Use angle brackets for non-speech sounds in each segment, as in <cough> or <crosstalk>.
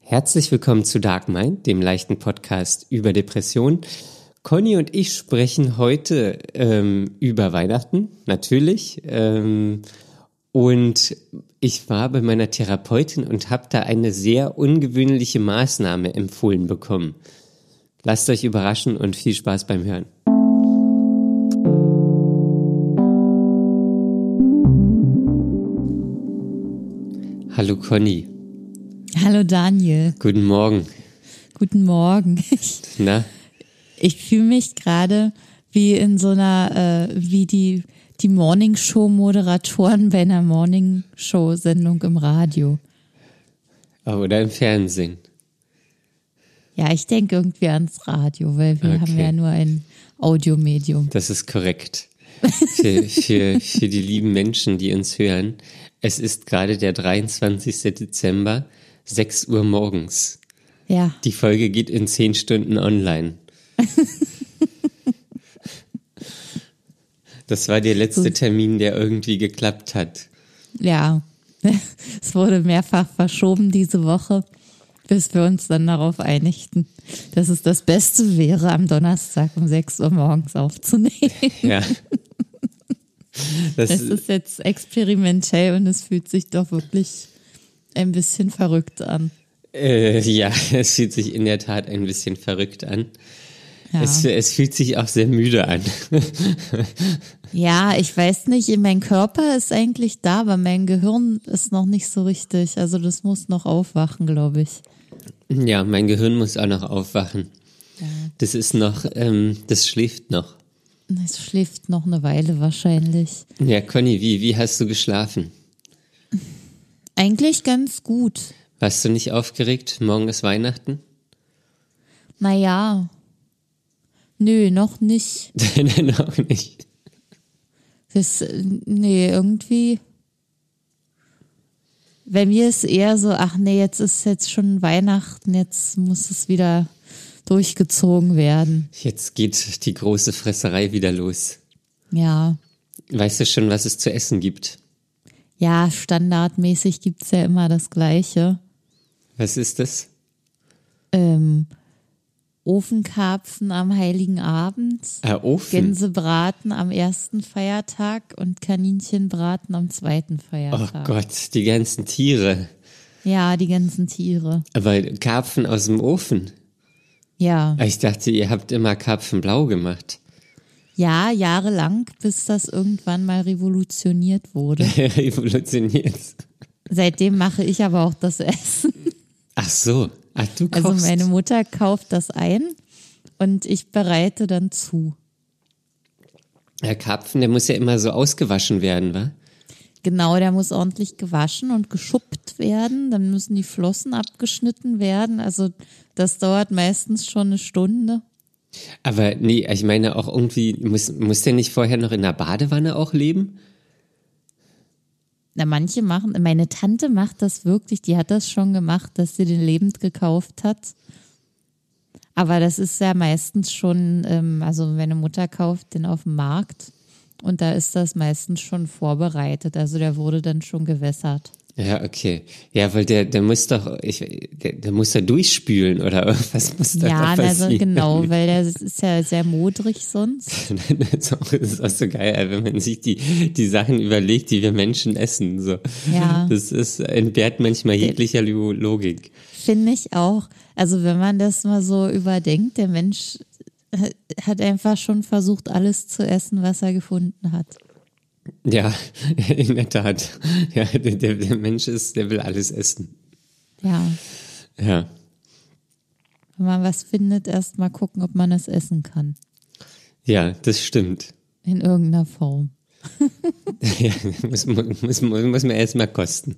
Herzlich willkommen zu Dark Mind, dem leichten Podcast über Depressionen. Conny und ich sprechen heute ähm, über Weihnachten, natürlich. Ähm, und ich war bei meiner Therapeutin und habe da eine sehr ungewöhnliche Maßnahme empfohlen bekommen. Lasst euch überraschen und viel Spaß beim Hören. Hallo Conny. Hallo Daniel. Guten Morgen. Guten Morgen. Ich, Na? ich fühle mich gerade wie in so einer, äh, wie die, die Morning Show Moderatoren bei einer Morning Show Sendung im Radio. Oder im Fernsehen. Ja, ich denke irgendwie ans Radio, weil wir Okay. haben ja nur ein Audiomedium. Das ist korrekt. <laughs> Für, für, für die lieben Menschen, die uns hören. Es ist gerade der 23. Dezember, 6 Uhr morgens. Ja, Die Folge geht in 10 Stunden <laughs> online. Das war der letzte Termin, der irgendwie geklappt hat. ja. <laughs> Es wurde mehrfach verschoben diese Woche, bis wir uns dann darauf einigten, dass es das Beste wäre, am Donnerstag um 6 Uhr morgens aufzunehmen. Ja. Das, Es ist jetzt experimentell und es fühlt sich doch wirklich ein bisschen verrückt an. äh, ja, <laughs> es fühlt sich in der Tat ein bisschen verrückt an. Ja. Es, es fühlt sich auch sehr müde an. ja, ich weiß nicht, mein Körper ist eigentlich da, aber mein Gehirn ist noch nicht so richtig. Also das muss noch aufwachen, glaube ich. Ja, mein Gehirn muss auch noch aufwachen. Das ist noch, ähm, das schläft noch. Es schläft noch eine Weile wahrscheinlich. Ja, Conny, wie, wie hast du geschlafen? Eigentlich ganz gut. Warst du nicht aufgeregt? Morgen ist Weihnachten? <laughs> Naja. Nö, noch nicht. Nein, auch nicht. Das, äh, nee, irgendwie. Bei mir ist eher so, ach nee, jetzt ist jetzt schon Weihnachten, jetzt muss es wieder durchgezogen werden. Jetzt geht die große Fresserei wieder los. Ja. Weißt du schon, was es zu essen gibt? Ja, standardmäßig gibt's ja immer das Gleiche. Was ist das? Ähm, Ofenkarpfen am Heiligen Abend, Ah, Ofen. Gänsebraten am ersten Feiertag und Kaninchenbraten am zweiten Oh Feiertag. Gott, die ganzen Tiere. Ja, die ganzen Tiere. Aber Karpfen aus dem Ofen. Ah, Ja. Ich dachte, ihr habt immer Karpfen blau gemacht. <laughs> Ja, jahrelang, bis das irgendwann mal revolutioniert wurde. <laughs> Revolutioniert. Seitdem mache ich aber auch das Essen. Ach so. Ach, du kochst. Also meine Mutter kauft das ein und ich bereite dann zu. Herr Karpfen, der muss ja immer so ausgewaschen werden, wa? Genau, der muss ordentlich gewaschen und geschuppt werden. Dann müssen die Flossen abgeschnitten werden. Also das dauert meistens schon eine Stunde. Aber nee, ich meine auch irgendwie, muss, muss der nicht vorher noch in der Badewanne auch leben? Na, manche machen, meine Tante macht das wirklich, die hat das schon gemacht, dass sie den lebend gekauft hat. Aber das ist ja meistens schon, ähm, also meine Mutter kauft den auf dem Markt und da ist das meistens schon vorbereitet. Also der wurde dann schon gewässert. Ja, okay. Ja, weil der, der muss doch, ich, der, der muss da durchspülen oder <laughs> irgendwas muss da ja, doch na, so- passieren. genau, weil der ist ja sehr modrig sonst. <laughs> das ist auch- das ist auch so geil, wenn man sich die, die Sachen überlegt, die wir Menschen essen. So. Ja. Das ist, entbehrt manchmal jeglicher Lo- Logik. Finde ich auch. Also wenn man das mal so überdenkt, der Mensch äh, hat einfach schon versucht, alles zu essen, was er gefunden hat. Ja, <laughs> in der Tat. Ja, der, der der Mensch ist, der will alles essen. Ja. Ja. Wenn man was findet, erst mal gucken, ob man es essen kann. Ja, das stimmt. In irgendeiner Form. Ja, <laughs> muss, muss, muss, muss man erstmal kosten.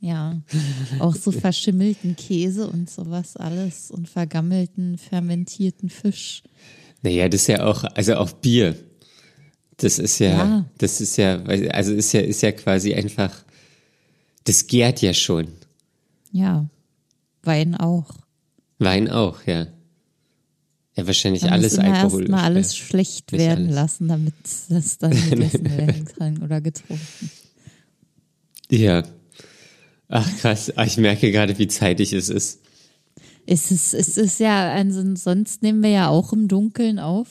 Ja. <laughs> Auch so verschimmelten Käse und sowas alles und vergammelten, fermentierten Fisch. Naja, das ist ja auch, also auch Bier. Das ist ja, Ja. das ist ja, also ist ja, ist ja quasi einfach, das gärt ja schon. Ja. Wein auch. Wein auch, ja. Ja, wahrscheinlich Man alles muss immer Alkohol. erst mal alles schlecht Nicht werden alles. lassen, damit <laughs> das dann gegessen werden kann oder getrunken. Ja. Ach krass, Ah, ich merke gerade, wie zeitig es ist. Es ist, es ist ja, also sonst nehmen wir ja auch im Dunkeln auf.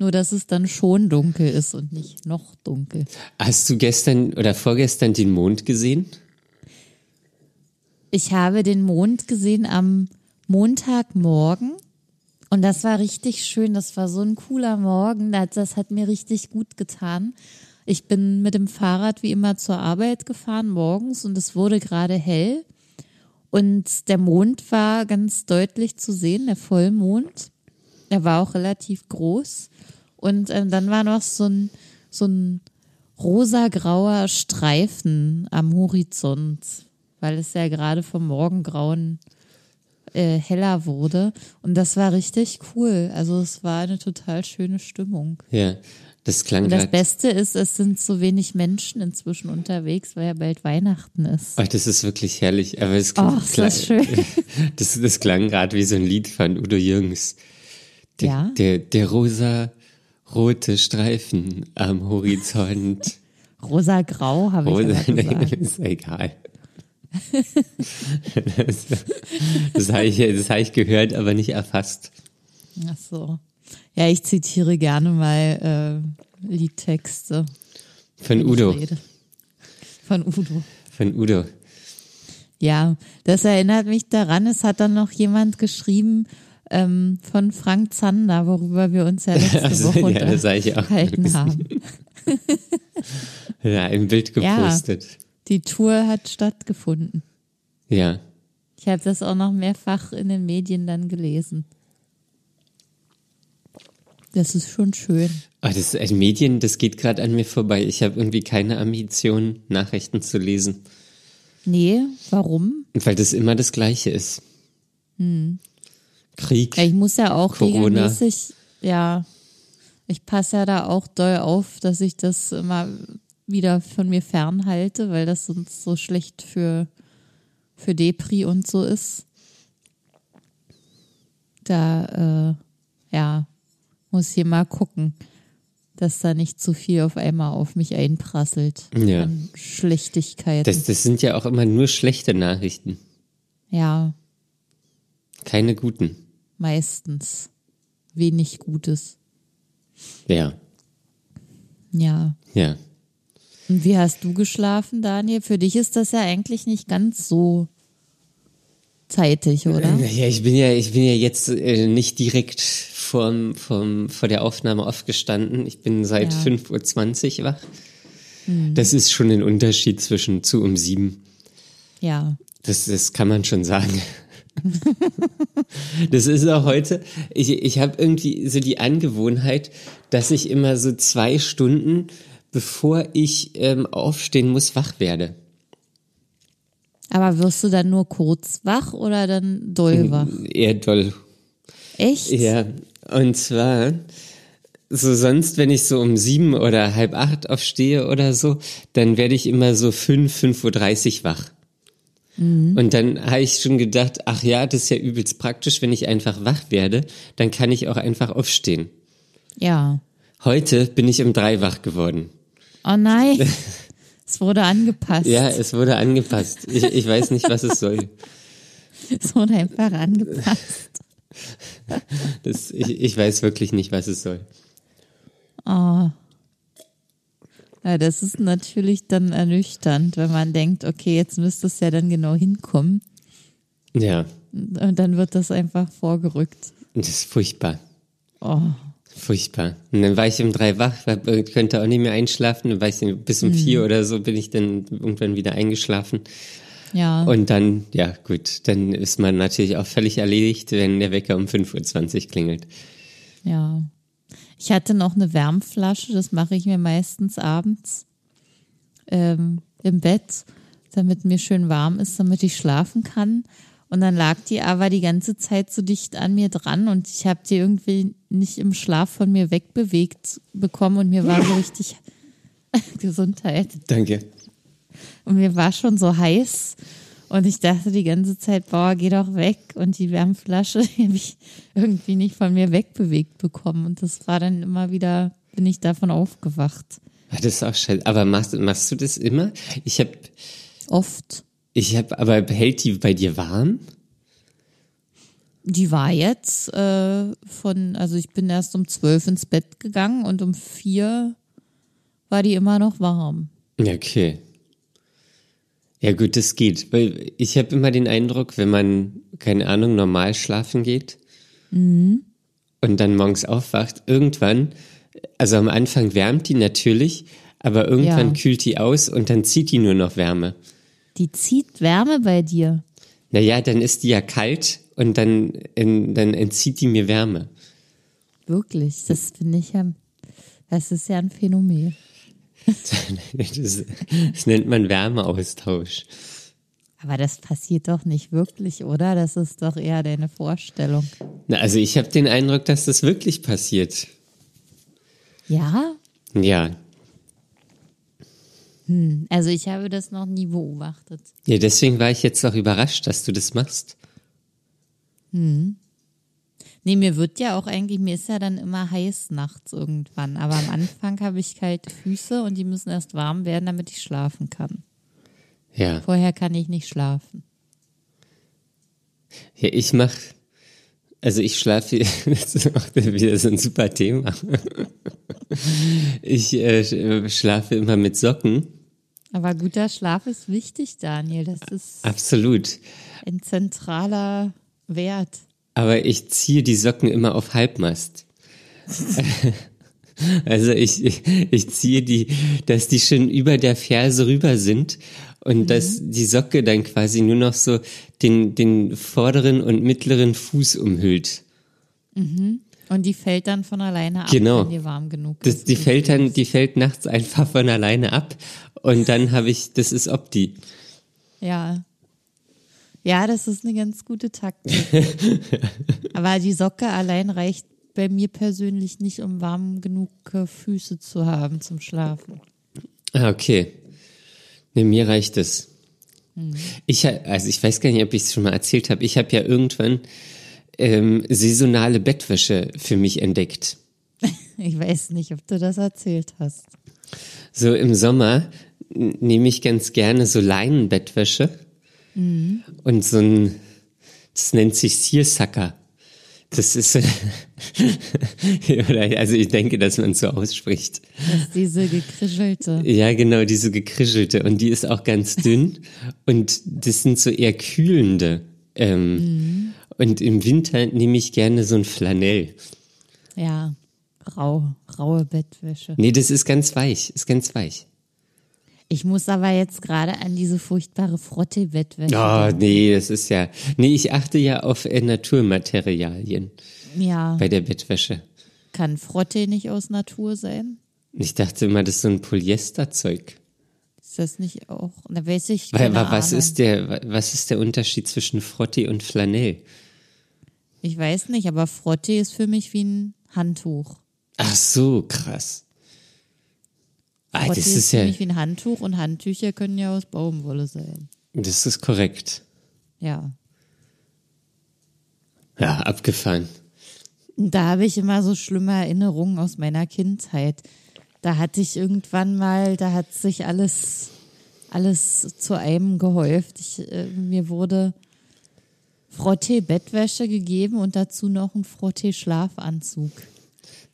Nur, dass es dann schon dunkel ist und nicht noch dunkel. Hast du gestern oder vorgestern den Mond gesehen? Ich habe den Mond gesehen am Montagmorgen. Und das war richtig schön. Das war so ein cooler Morgen. Das, das hat mir richtig gut getan. Ich bin mit dem Fahrrad wie immer zur Arbeit gefahren morgens und es wurde gerade hell. Und der Mond war ganz deutlich zu sehen, der Vollmond. Er war auch relativ groß. Und ähm, dann war noch so ein, so ein rosagrauer Streifen am Horizont, weil es ja gerade vom Morgengrauen äh, heller wurde. Und das war richtig cool. Also es war eine total schöne Stimmung. Ja, das klang Und das gerade. Beste ist, es sind so wenig Menschen inzwischen unterwegs, weil ja bald Weihnachten ist. Oh, das ist wirklich herrlich. Aber es Oh, ist das schön. <laughs> Das, das klang gerade wie so ein Lied von Udo Jürgens. Der, Ja? der, der rosa rote Streifen am <laughs> Horizont. Rosa-grau habe ich Rosa, <laughs> aber nein, gesagt. ist egal. das das habe ich, das habe ich gehört, aber nicht erfasst. Ach so. Ja, ich zitiere gerne mal äh, Liedtexte. Von wenn ich Udo. rede. Von Udo. Von Udo. Ja, das erinnert mich daran, es hat dann noch jemand geschrieben ähm, von Frank Zander, worüber wir <laughs> uns ja letzte Also, Woche ja, das sag ich auch. <laughs> unterhalten haben. Ja, im Bild Ja. gepostet. Die Tour hat stattgefunden. Ja. Ich habe das auch noch mehrfach in den Medien dann gelesen. Das ist schon schön. Ah, das äh, Medien, das geht gerade an mir vorbei. Ich habe irgendwie keine Ambition, Nachrichten zu lesen, Nee, warum? weil das immer das Gleiche ist. Krieg. Ja, ich muss ja auch Corona. regelmäßig, ja, ich passe ja da auch doll auf, dass ich das immer wieder von mir fernhalte, weil das sonst so schlecht für, für Depri und so ist. Da, äh, ja, muss ich mal gucken, dass da nicht zu viel auf einmal auf mich einprasselt. Ja. An Schlechtigkeiten. Das, das sind ja auch immer nur schlechte Nachrichten, ja, keine guten. meistens. Wenig Gutes. Ja, Ja. ja. Und wie hast du geschlafen, Daniel? Für dich ist das ja eigentlich nicht ganz so zeitig, oder? Ja, ich bin ja, ich bin ja jetzt äh, nicht direkt vom, vom, vor der Aufnahme aufgestanden. Ich bin seit Ja. 5.20 Uhr wach. Das ist schon ein Unterschied zwischen zu um sieben. Ja. Das, das kann man schon sagen. das ist auch heute, ich, ich habe irgendwie so die Angewohnheit, dass ich immer so zwei Stunden, bevor ich ähm, aufstehen muss, wach werde. Aber wirst du dann nur kurz wach oder dann doll wach? Eher doll. Echt? Mhm. Ja, und zwar, so sonst, wenn ich so um sieben oder halb acht aufstehe oder so, dann werde ich immer so fünf, fünf Uhr dreißig wach. Und dann habe ich schon gedacht, ach ja, das ist ja übelst praktisch, wenn ich einfach wach werde, dann kann ich auch einfach aufstehen. Ja. Heute bin ich um drei wach geworden. <laughs> Oh nein. es wurde angepasst. Ja, es wurde angepasst. Ich, ich weiß nicht, was es soll. Es wurde einfach angepasst. Das, ich, ich weiß wirklich nicht, was es soll. Ja, das ist natürlich dann ernüchternd, wenn man denkt, okay, jetzt müsste es ja dann genau hinkommen. Ja, Und dann wird das einfach vorgerückt. das ist furchtbar. Oh. Furchtbar. Und dann war ich um drei wach, hab- könnte auch nicht mehr einschlafen. Dann war ich dann bis um vier oder so, bin ich dann irgendwann wieder eingeschlafen. Ja. Und dann, ja gut, dann ist man natürlich auch völlig erledigt, wenn der Wecker um 5.20 Uhr klingelt. Ja. Ich hatte noch eine Wärmflasche, das mache ich mir meistens abends ähm, im Bett, damit mir schön warm ist, damit ich schlafen kann. Und dann lag die aber die ganze Zeit so dicht an mir dran und ich habe die irgendwie nicht im Schlaf von mir wegbewegt bekommen und mir war so richtig <laughs> Gesundheit. Danke. Und mir war schon so heiß. Und ich dachte die ganze Zeit, boah, geh doch weg. Und die Wärmflasche <laughs> die habe ich irgendwie nicht von mir wegbewegt bekommen. Und das war dann immer wieder, bin ich davon aufgewacht. Ah, Das ist auch scheiße. Aber machst, machst du das immer? Ich habe, Oft. ich habe, aber hält die bei dir warm? Die war jetzt äh, von, also ich bin erst um zwölf ins Bett gegangen und um vier war die immer noch warm. Ja, Okay. Ja gut, das geht. Weil ich habe immer den Eindruck, wenn man, keine Ahnung, normal schlafen geht und dann morgens aufwacht, irgendwann, also am Anfang wärmt die natürlich, aber irgendwann Ja. kühlt die aus und dann zieht die nur noch Wärme. Die zieht Wärme bei dir. Naja, dann ist die ja kalt und dann, in, dann entzieht die mir Wärme. <laughs> Wirklich. Das finde ich ja, das ist ja ein Phänomen. Das, das nennt man Wärmeaustausch. Aber das passiert doch nicht wirklich, oder? Das ist doch eher deine Vorstellung. Na, also ich habe den Eindruck, dass das wirklich passiert. Ja? Ja, Also ich habe das noch nie beobachtet. Ja, deswegen war ich jetzt auch überrascht, dass du das machst. Nee, mir wird ja auch eigentlich, mir ist ja dann immer heiß nachts irgendwann. Aber am Anfang habe ich kalte Füße und die müssen erst warm werden, damit ich schlafen kann. Ja, Vorher kann ich nicht schlafen. ja ich mach, also ich schlafe, <laughs> das ist auch wieder so ein super Thema. Ich äh, sch- schlafe immer mit Socken, Aber guter Schlaf ist wichtig, Daniel. Das ist absolut. ein zentraler Wert. Aber ich ziehe die Socken immer auf Halbmast. <laughs> Also ich, ich, ich ziehe die, dass die schon über der Ferse rüber sind und dass die Socke dann quasi nur noch so den, den vorderen und mittleren Fuß umhüllt. Und die fällt dann von alleine ab, Genau. wenn dir warm genug Das, ist. die fällt dann, die fällt nachts einfach von alleine ab und dann habe ich, das ist Opti. Ja. Ja, das ist eine ganz <laughs> gute Taktik. Aber die Socke allein reicht bei mir persönlich nicht, um warm genug äh, Füße zu haben zum Schlafen. Ah, okay. Nee, mir reicht es. Ich, ha- also ich weiß gar nicht, ob ich es schon mal erzählt habe. Ich habe ja irgendwann ähm, saisonale Bettwäsche für mich entdeckt. Ich weiß nicht, ob du das erzählt hast. So im Sommer n- nehme ich ganz gerne so Leinenbettwäsche und so ein, das nennt sich Seersucker. Das ist, <laughs> oder, also ich denke, dass man so ausspricht. Das ist diese gekrischelte. Ja, genau, diese gekrischelte. Und die ist auch ganz dünn. und das sind so eher kühlende. Ähm, Mhm. Und im Winter nehme ich gerne so ein Flanell. Ja, rau, raue Bettwäsche. Nee, das ist ganz weich, ist ganz weich. Ich muss aber jetzt gerade an diese furchtbare Frotte-Bettwäsche. Oh, nee, das ist ja. Nee, ich achte ja auf äh, Naturmaterialien Ja, bei der Bettwäsche. kann Frotte nicht aus Natur sein? Und Ich dachte immer, das ist so ein Polyesterzeug. Ist das nicht auch? Da weiß ich. Weil, keine wa- was Ahnung. ist der, wa- was ist der Unterschied zwischen Frotti und Flanell? Ich weiß nicht, aber Frotte ist für mich wie ein Handtuch. Ach so, krass. Ah, Frotte das ist ja, für mich wie ein Handtuch und Handtücher können ja aus Baumwolle sein. das ist korrekt. Ja. Ja, abgefahren. Und da habe ich immer so schlimme Erinnerungen aus meiner Kindheit. Da hatte ich irgendwann mal, da hat sich alles, alles zu einem gehäuft. Ich, äh, mir wurde Frotte-Bettwäsche gegeben und dazu noch ein Frotte-Schlafanzug.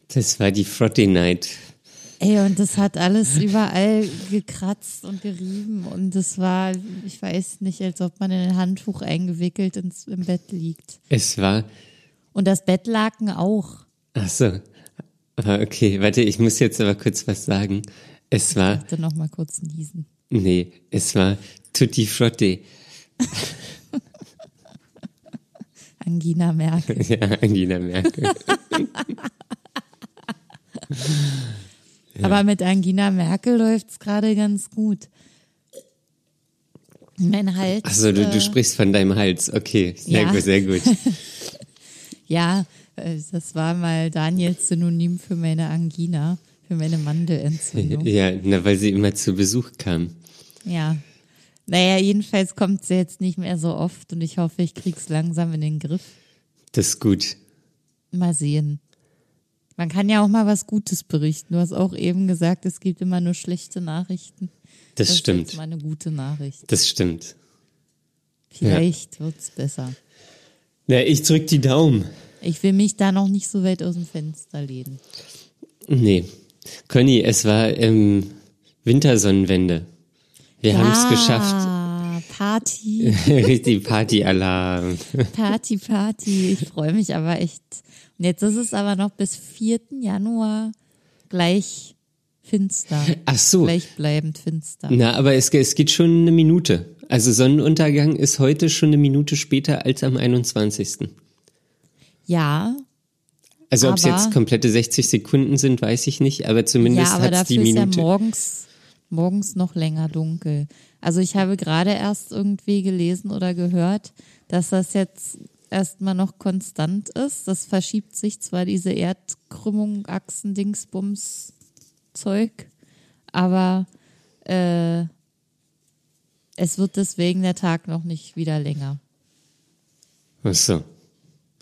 Das war die Frotty Night. Ey, und das hat alles überall gekratzt und gerieben. Und das war, ich weiß nicht, als ob man in ein Handtuch eingewickelt ins, im Bett liegt. Es war. Und das Bettlaken auch. Ach so. Ah, Okay, warte, ich muss jetzt aber kurz was sagen. Es war. Dann noch mal kurz niesen. Nee, es war Tutti Frotti. Angina Merkel. <laughs> Ja, Angela Merkel. Aber mit Angina Merkel läuft's gerade ganz gut. Mein Hals. Achso, du, äh, du sprichst von deinem Hals. Okay, sehr Ja. gut, sehr gut. Ja, äh, das war mal Daniels Synonym für meine Angina, für meine Mandelentzündung. <laughs> Ja, na, weil sie immer zu Besuch kam. Ja. Naja, jedenfalls kommt sie jetzt nicht mehr so oft und ich hoffe, ich krieg's langsam in den Griff. Das ist gut. Mal sehen. Man kann ja auch mal was Gutes berichten. Du hast auch eben gesagt, es gibt immer nur schlechte Nachrichten. Das, ist jetzt stimmt. mal eine gute Nachricht. Das stimmt. Vielleicht wird's besser. Na, ich drück die Daumen. Ich will mich da noch nicht so weit aus dem Fenster lehnen. Nee. Conny, es war ähm, Wintersonnenwende. Wir haben es geschafft. Ah, Party, <laughs> Richtig Partyalarm. Party, Party. Ich freue mich aber echt. Und jetzt ist es aber noch bis 4. Januar gleich finster. Ach so. Gleichbleibend finster. Na, aber es, es geht schon eine Minute. Also Sonnenuntergang ist heute schon eine Minute später als am 21. Ja, Also ob es Aber- jetzt komplette 60 Sekunden sind, weiß ich nicht, aber zumindest ja, aber hat's hat es die dafür ist ja Minute. morgens, morgens noch länger dunkel. Also ich habe gerade erst irgendwie gelesen oder gehört, dass das jetzt erstmal noch konstant ist. Das verschiebt sich zwar diese Erdkrümmung, Achsen, Dingsbums, Zeug, aber äh, es wird deswegen der Tag noch nicht wieder länger. Ach so.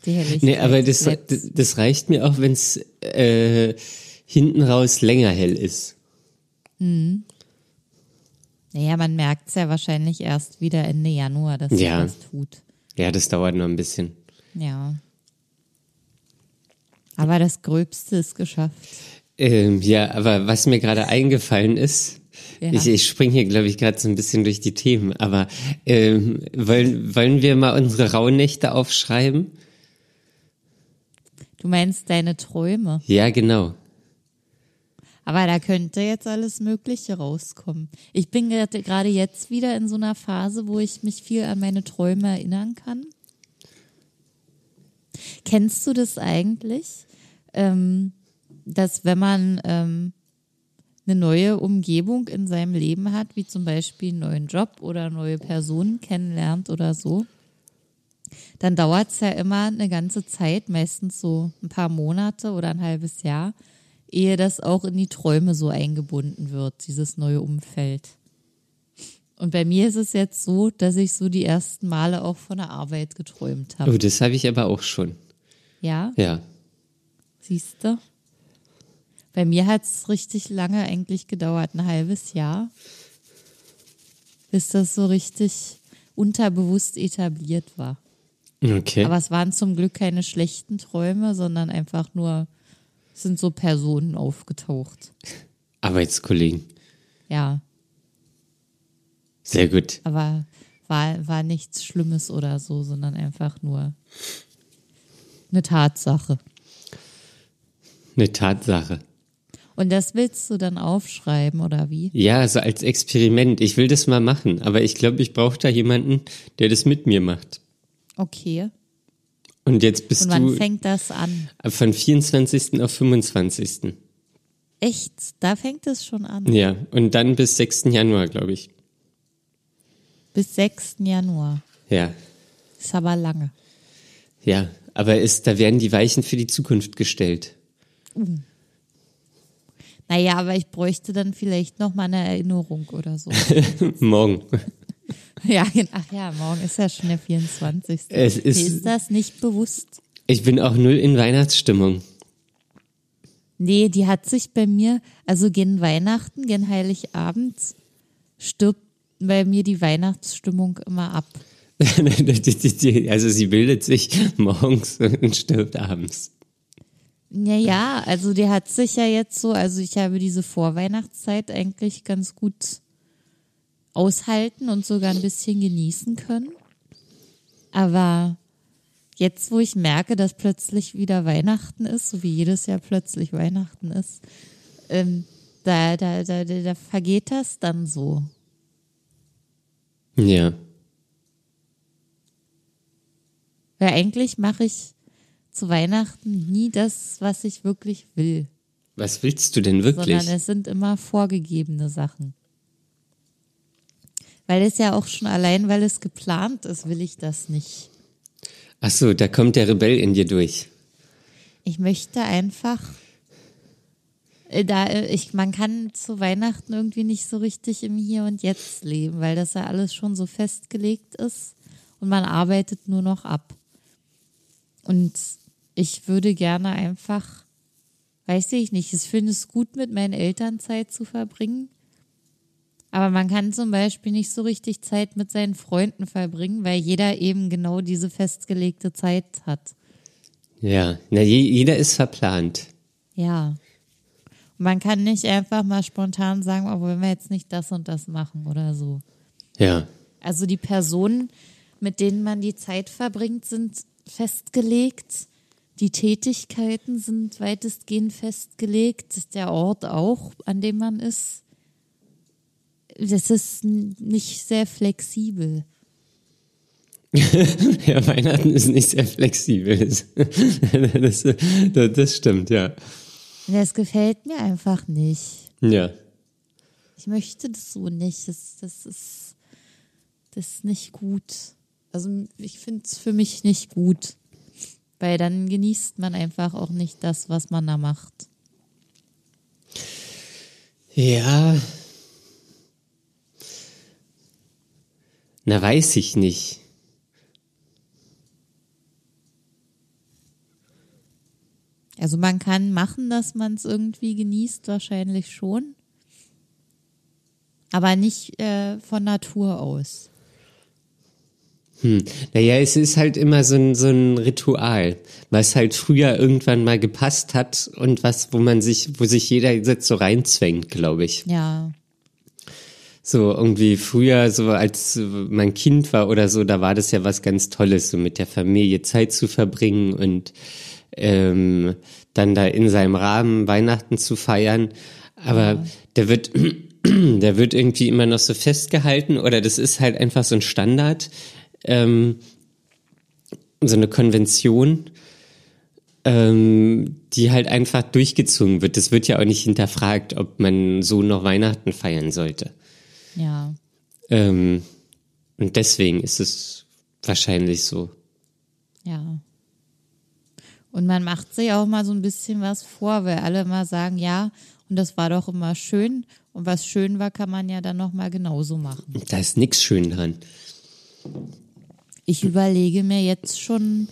Die Helligkeit Nee, aber das, bleibt. das- das reicht mir auch, wenn es äh, hinten raus länger hell ist. Naja, man merkt es ja wahrscheinlich erst wieder Ende Januar, dass Ja. sich das tut. Ja, das dauert noch ein bisschen. Ja. Aber das Gröbste ist geschafft. Ähm, ja, aber was mir gerade eingefallen ist, Ja. ich, ich springe hier, glaube ich, gerade so ein bisschen durch die Themen, aber ähm, wollen, wollen wir mal unsere Rauhnächte aufschreiben? Du meinst deine Träume. Ja, genau. Aber da könnte jetzt alles Mögliche rauskommen. Ich bin gerade gerade jetzt wieder in so einer Phase, wo ich mich viel an meine Träume erinnern kann. Kennst du das eigentlich, ähm, dass wenn man ähm, eine neue Umgebung in seinem Leben hat, wie zum Beispiel einen neuen Job oder neue Personen kennenlernt oder so, dann dauert es ja immer eine ganze Zeit, meistens so ein paar Monate oder ein halbes Jahr, ehe das auch in die Träume so eingebunden wird, dieses neue Umfeld. Und bei mir ist es jetzt so, dass ich so die ersten Male auch von der Arbeit geträumt Oh, habe. das habe ich aber auch schon. Ja, Ja. siehst du? Bei mir hat es richtig lange eigentlich gedauert, ein halbes Jahr, bis das so richtig unterbewusst etabliert war. Okay. Aber es waren zum Glück keine schlechten Träume, sondern einfach nur es sind so Personen aufgetaucht. Arbeitskollegen. Ja, Sehr gut. aber war, war nichts Schlimmes oder so, sondern einfach nur eine Tatsache. Eine Tatsache. Und das willst du dann aufschreiben oder wie? Ja, so als Experiment. Ich will das mal machen, aber ich glaube, ich brauche da jemanden, der das mit mir macht. Okay. Und jetzt bist Und wann du fängt das an? von 24. auf 25. Echt? Da fängt es schon an. Ja, und dann bis 6. Januar, glaube ich. Bis 6. Januar. Ja, Ist aber lange. ja. Aber ist, da werden die Weichen für die Zukunft gestellt. Naja, aber ich bräuchte dann vielleicht noch mal eine Erinnerung oder <laughs> so. Morgen. Ja, genau. Ach ja, morgen ist ja schon der 24. Es ist- Mir ist das nicht bewusst. Ich bin auch null in Weihnachtsstimmung. <laughs> Nee, die hat sich bei mir, also gen Weihnachten, gen Heiligabend, stirbt bei mir die Weihnachtsstimmung immer ab. also sie bildet sich morgens und stirbt abends. Naja, also die hat sich ja jetzt so, also ich habe diese Vorweihnachtszeit eigentlich ganz gut aushalten und sogar ein bisschen genießen können. Aber jetzt, wo ich merke, dass plötzlich wieder Weihnachten ist, so wie jedes Jahr plötzlich Weihnachten ist, ähm, da, da, da, da, da vergeht das dann so. Ja. Weil eigentlich mache ich zu Weihnachten nie das, was ich wirklich will, Was willst du denn wirklich? sondern es sind immer vorgegebene Sachen. Weil es ja auch schon allein, weil es geplant ist, will ich das nicht. Ach so, da kommt der Rebell in dir durch. Ich möchte einfach, äh, da äh, ich, man kann zu Weihnachten irgendwie nicht so richtig im Hier und Jetzt leben, weil das ja alles schon so festgelegt ist und man arbeitet nur noch ab. Und ich würde gerne einfach, weiß ich nicht, ich finde es gut, mit meinen Eltern Zeit zu verbringen. Aber man kann zum Beispiel nicht so richtig Zeit mit seinen Freunden verbringen, weil jeder eben genau diese festgelegte Zeit hat. Ja, na, je, jeder ist verplant. Ja. Und man kann nicht einfach mal spontan sagen, oh, wollen wir jetzt nicht das und das machen oder so. Ja, Also die Personen, mit denen man die Zeit verbringt, sind festgelegt. Die Tätigkeiten sind weitestgehend festgelegt. Der Ort auch, an dem man ist. Das ist n- nicht sehr flexibel. Ja, Weihnachten ist nicht sehr flexibel. Das, <laughs> das, das, das stimmt, ja. Das gefällt mir einfach nicht. Ja. Ich möchte das so nicht. Das, das ist das ist nicht gut. Also ich finde es für mich nicht gut. Weil dann genießt man einfach auch nicht das, was man da macht. Ja. Na, weiß ich nicht. Also man kann machen, dass man es irgendwie genießt, wahrscheinlich schon. Aber nicht äh, von Natur aus. Naja, es ist halt immer so ein, so ein Ritual, was halt früher irgendwann mal gepasst hat und was, wo man sich, wo sich jeder jetzt so reinzwängt, glaube ich. Ja. So irgendwie früher, so als man Kind war oder so, da war das ja was ganz Tolles, so mit der Familie Zeit zu verbringen und ähm, dann da in seinem Rahmen Weihnachten zu feiern. Aber der wird, <clears throat> der wird irgendwie immer noch so festgehalten oder das ist halt einfach so ein Standard, ähm, so eine Konvention, ähm, die halt einfach durchgezogen wird. Das wird ja auch nicht hinterfragt, ob man so noch Weihnachten feiern sollte. Ja. Ähm, und deswegen ist es wahrscheinlich so. Ja. Und man macht sich auch mal so ein bisschen was vor, weil alle immer sagen, ja, und das war doch immer schön. Und was schön war, kann man ja dann nochmal genauso machen. Und Da ist nichts schön dran. Ich überlege mir jetzt schon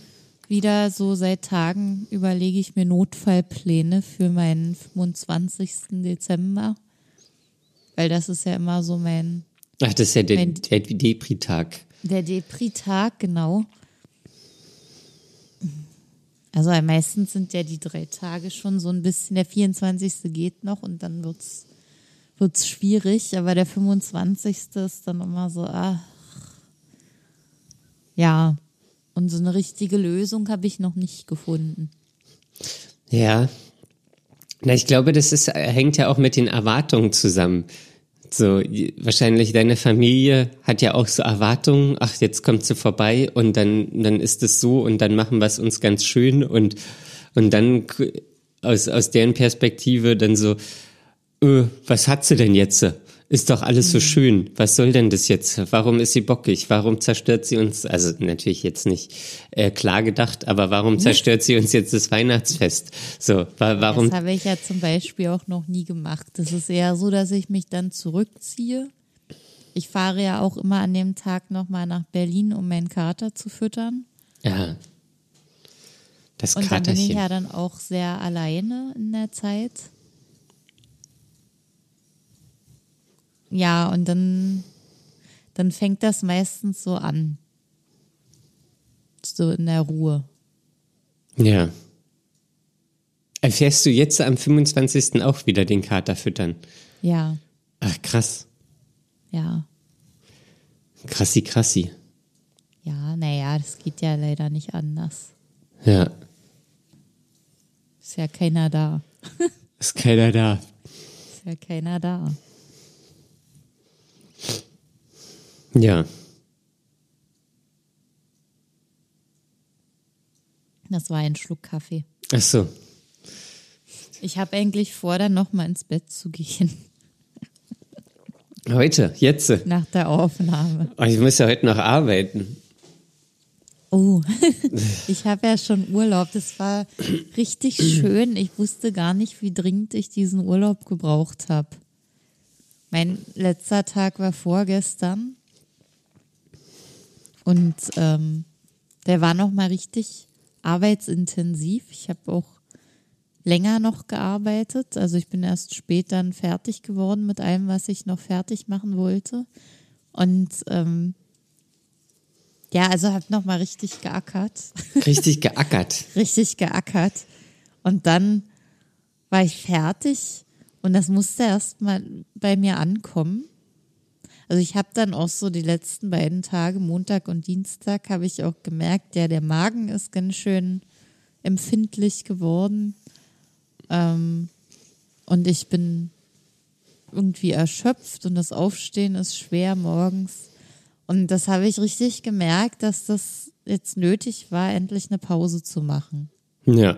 wieder so seit Tagen, überlege ich mir Notfallpläne für meinen 25. Dezember. Weil das ist ja immer so mein, Ach, das ist ja der, Wenn- der Depri-Tag. der Depri-Tag, genau. Also meistens sind ja die drei Tage schon so ein bisschen, der 24. geht noch und dann wird's, wird's schwierig, aber der 25. ist dann immer so, ach. Ja, und so eine richtige Lösung habe ich noch nicht gefunden. Ja. Na, ich glaube, das ist, äh, hängt ja auch mit den Erwartungen zusammen. So, je- wahrscheinlich deine Familie hat ja auch so Erwartungen, ach, jetzt kommt sie vorbei und dann, dann ist es so und dann machen wir es uns ganz schön und, und dann k- aus, aus deren Perspektive dann so, öh, was hat sie denn jetzt? Ist doch alles so schön. Was soll denn das jetzt? Warum ist sie bockig? Warum zerstört sie uns? Also natürlich jetzt nicht äh, klar gedacht, aber warum zerstört sie uns jetzt das Weihnachtsfest? So, wa warum? Das habe ich ja zum Beispiel auch noch nie gemacht. Das ist eher so, dass ich mich dann zurückziehe. Ich fahre ja auch immer an dem Tag nochmal nach Berlin, um meinen Kater zu füttern. Ja. Das Und dann bin ich Katerchen. ja dann auch sehr alleine in der Zeit. Ja, und dann, dann fängt das meistens so an. So in der Ruhe. Ja. Erfährst du jetzt am 25. auch wieder den Kater füttern? Ja, Ach, krass. ja, Krassi, krassi. ja, naja, das geht ja leider nicht anders. Ja. Ist ja keiner da. Ist keiner da. Ist ja keiner da. Ja. Das war ein Schluck Kaffee. Ach so. Ich habe eigentlich vor, dann nochmal ins Bett zu gehen <laughs> Heute, jetzt. nach der Aufnahme. Oh, ich muss ja heute noch arbeiten. Oh, ich habe ja schon Urlaub. Das war richtig schön. Ich wusste gar nicht, wie dringend ich diesen Urlaub gebraucht habe. Mein letzter Tag war vorgestern und ähm, der war noch mal richtig arbeitsintensiv. Ich habe auch länger noch gearbeitet. Also ich bin erst spät dann fertig geworden mit allem, was ich noch fertig machen wollte. Und ähm, ja, also habe noch mal richtig geackert, Richtig geackert. richtig geackert. Und dann war ich fertig und das musste erst mal bei mir ankommen. Also ich habe dann auch so die letzten beiden Tage, Montag und Dienstag, habe ich auch gemerkt, ja, der Magen ist ganz schön empfindlich geworden. Ähm, und ich bin irgendwie erschöpft und das Aufstehen ist schwer morgens. Und das habe ich richtig gemerkt, dass das jetzt nötig war, endlich eine Pause zu machen. Ja.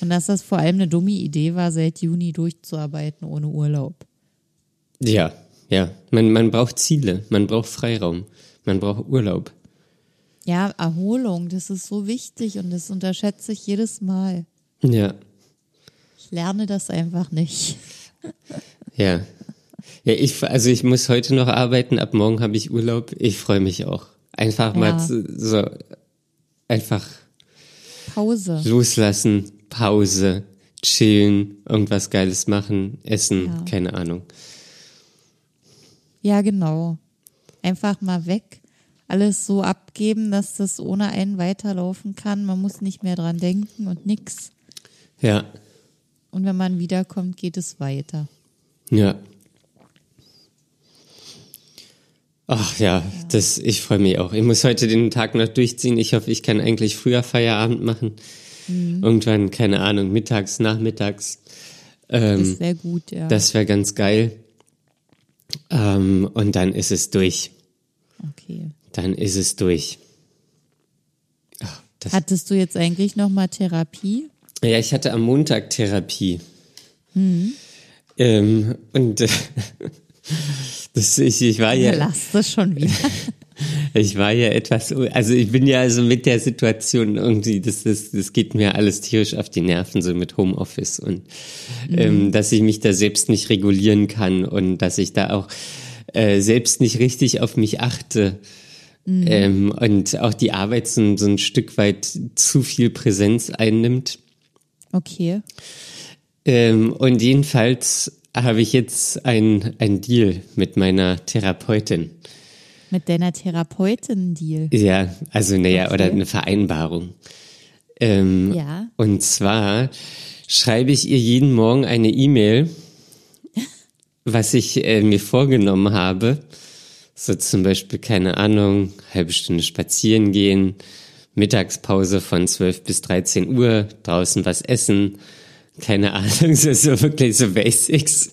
Und dass das vor allem eine dumme Idee war, seit Juni durchzuarbeiten ohne Urlaub. Ja, ja. Man, man braucht Ziele, man braucht Freiraum, man braucht Urlaub. Ja, Erholung, das ist so wichtig und das unterschätze ich jedes Mal. Ja, Ich lerne das einfach nicht. ja. Ja, ich, also ich muss heute noch arbeiten, ab morgen habe ich Urlaub. Ich freue mich auch. Einfach Ja. mal zu, so, einfach Pause. loslassen, Pause, chillen, irgendwas Geiles machen, essen, Ja. keine Ahnung. Ja, genau. Einfach mal weg. Alles so abgeben, dass das ohne einen weiterlaufen kann. Man muss nicht mehr dran denken und nix. Ja, Und wenn man wiederkommt, geht es weiter. ja. Ach ja, das, ich freue mich auch. Ich muss heute den Tag noch durchziehen. Ich hoffe, ich kann eigentlich früher Feierabend machen. Mhm. Irgendwann, keine Ahnung, mittags, nachmittags. Ähm, Das wäre gut, ja. das wäre ganz geil. Ähm, und dann ist es durch. okay. Dann ist es durch. Ach, das Hattest du jetzt eigentlich nochmal Therapie? Ja, ich hatte am Montag Therapie. Ähm, und <laughs> äh, das, ich, ich war <laughs> ja, Lass das schon <laughs> wieder. ich war ja etwas, also ich bin ja also mit der Situation irgendwie, das, das, das geht mir alles tierisch auf die Nerven, so mit Homeoffice und ähm, dass ich mich da selbst nicht regulieren kann und dass ich da auch äh, selbst nicht richtig auf mich achte. Ähm, und auch die Arbeit so, so ein Stück weit zu viel Präsenz einnimmt. Okay. Ähm, und jedenfalls habe ich jetzt ein, ein Deal mit meiner Therapeutin. Mit deiner Therapeutin Deal. Ja, also naja, Okay. oder eine Vereinbarung. Ähm, Ja. Und zwar schreibe ich ihr jeden Morgen eine E-Mail, <laughs> was ich äh, mir vorgenommen habe. So zum Beispiel, keine Ahnung, halbe Stunde spazieren gehen, Mittagspause von 12 bis 13 Uhr, draußen was essen, keine <laughs> Ahnung, so, so wirklich so Basics.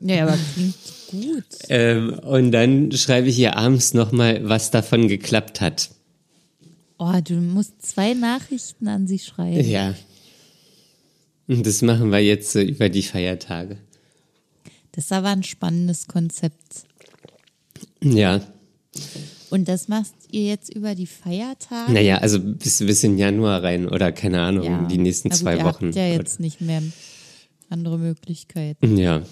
Ja, aber klingt gut. Ähm, und dann schreibe ich ihr abends nochmal, was davon geklappt hat. Oh, du musst zwei Nachrichten an sie schreiben. Ja. Und das machen wir jetzt so über die Feiertage. Das ist aber ein spannendes Konzept. Ja. Und das machst ihr jetzt über die Feiertage? Naja, also bis, bis in Januar rein oder keine Ahnung, Ja. um die nächsten Na gut, zwei ihr Wochen. Habt ja jetzt nicht mehr andere Möglichkeiten. ja.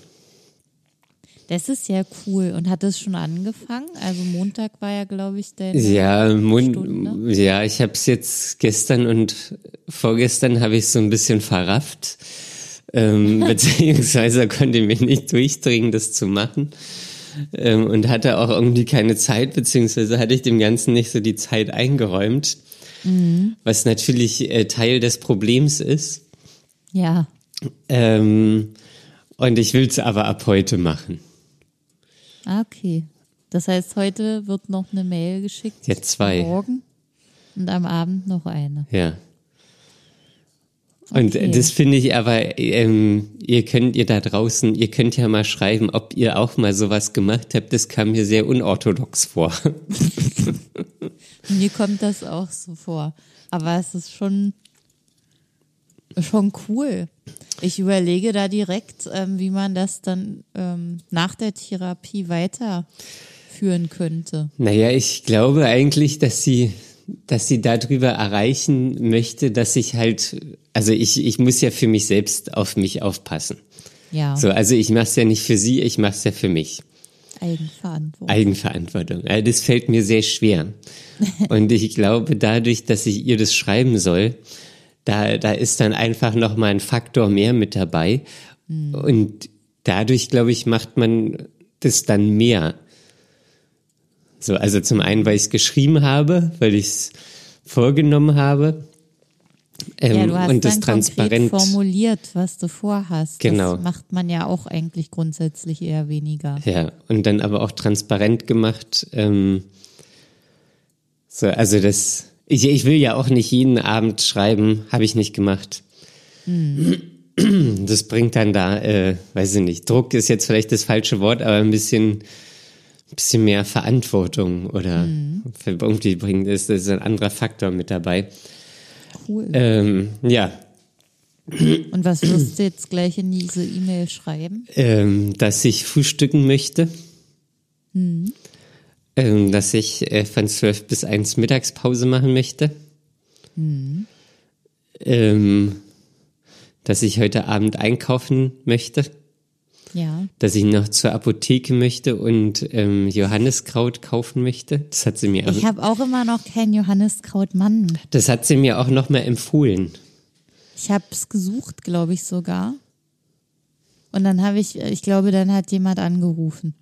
Das ist ja cool. Und hat es schon angefangen? Also Montag war ja, glaube ich, dein. Ja, Mund, Stunde? ja, ich habe es jetzt gestern und vorgestern habe ich so ein bisschen verrafft, ähm, beziehungsweise konnte mir nicht durchdringen, das zu machen ähm, und hatte auch irgendwie keine Zeit, beziehungsweise hatte ich dem Ganzen nicht so die Zeit eingeräumt, was natürlich äh, Teil des Problems ist. Ja. Ähm, und ich will's aber ab heute machen. Ah, okay. Das heißt, heute wird noch eine Mail geschickt. Ja, zwei. Morgen. Und am Abend noch eine. Ja. Und Okay. äh, das finde ich aber, ähm, ihr könnt ihr da draußen, ihr könnt ja mal schreiben, ob ihr auch mal sowas gemacht habt. Das kam mir sehr unorthodox vor. <laughs> Mir kommt das auch so vor. Aber es ist schon, schon cool. Ich überlege da direkt, ähm, wie man das dann ähm, nach der Therapie weiterführen könnte. Naja, ich glaube eigentlich, dass sie, dass sie darüber erreichen möchte, dass ich halt, also ich, ich muss ja für mich selbst auf mich aufpassen. Ja, So, also ich mach's ja nicht für sie, ich mach's ja für mich. Eigenverantwortung. Eigenverantwortung. Also das fällt <laughs> mir sehr schwer. Und ich glaube, dadurch, dass ich ihr das schreiben soll, Da, da ist dann einfach nochmal ein Faktor mehr mit dabei. Mhm. Und dadurch, glaube ich, macht man das dann mehr. So, also zum einen, weil ich es geschrieben habe, weil ich es vorgenommen habe. Ähm, ja, du hast und dann das konkret transparent. formuliert, was du vorhast. Genau. Das macht man ja auch eigentlich grundsätzlich eher weniger. Ja, und dann aber auch transparent gemacht. Ähm, so, also das, ich, ich will ja auch nicht jeden Abend schreiben, habe ich nicht gemacht. Das bringt dann da, äh, weiß ich nicht, Druck ist jetzt vielleicht das falsche Wort, aber ein bisschen, ein bisschen mehr Verantwortung oder irgendwie bringt ist, ist ein anderer Faktor mit dabei. Cool. Ähm, ja, Und was wirst du jetzt gleich in diese E-Mail schreiben? ähm, dass ich frühstücken möchte. Mhm. Ähm, dass ich äh, von 12 bis 1 Mittagspause machen möchte. Mhm. Ähm, dass ich heute Abend einkaufen möchte. Ja. Dass ich noch zur Apotheke möchte und ähm, Johanniskraut kaufen möchte. Das hat sie mir, Ich habe auch immer noch keinen Johanniskrautmann. das hat sie mir auch nochmal empfohlen. Ich habe es gesucht, glaube ich sogar. Und dann habe ich, ich glaube, dann hat jemand angerufen.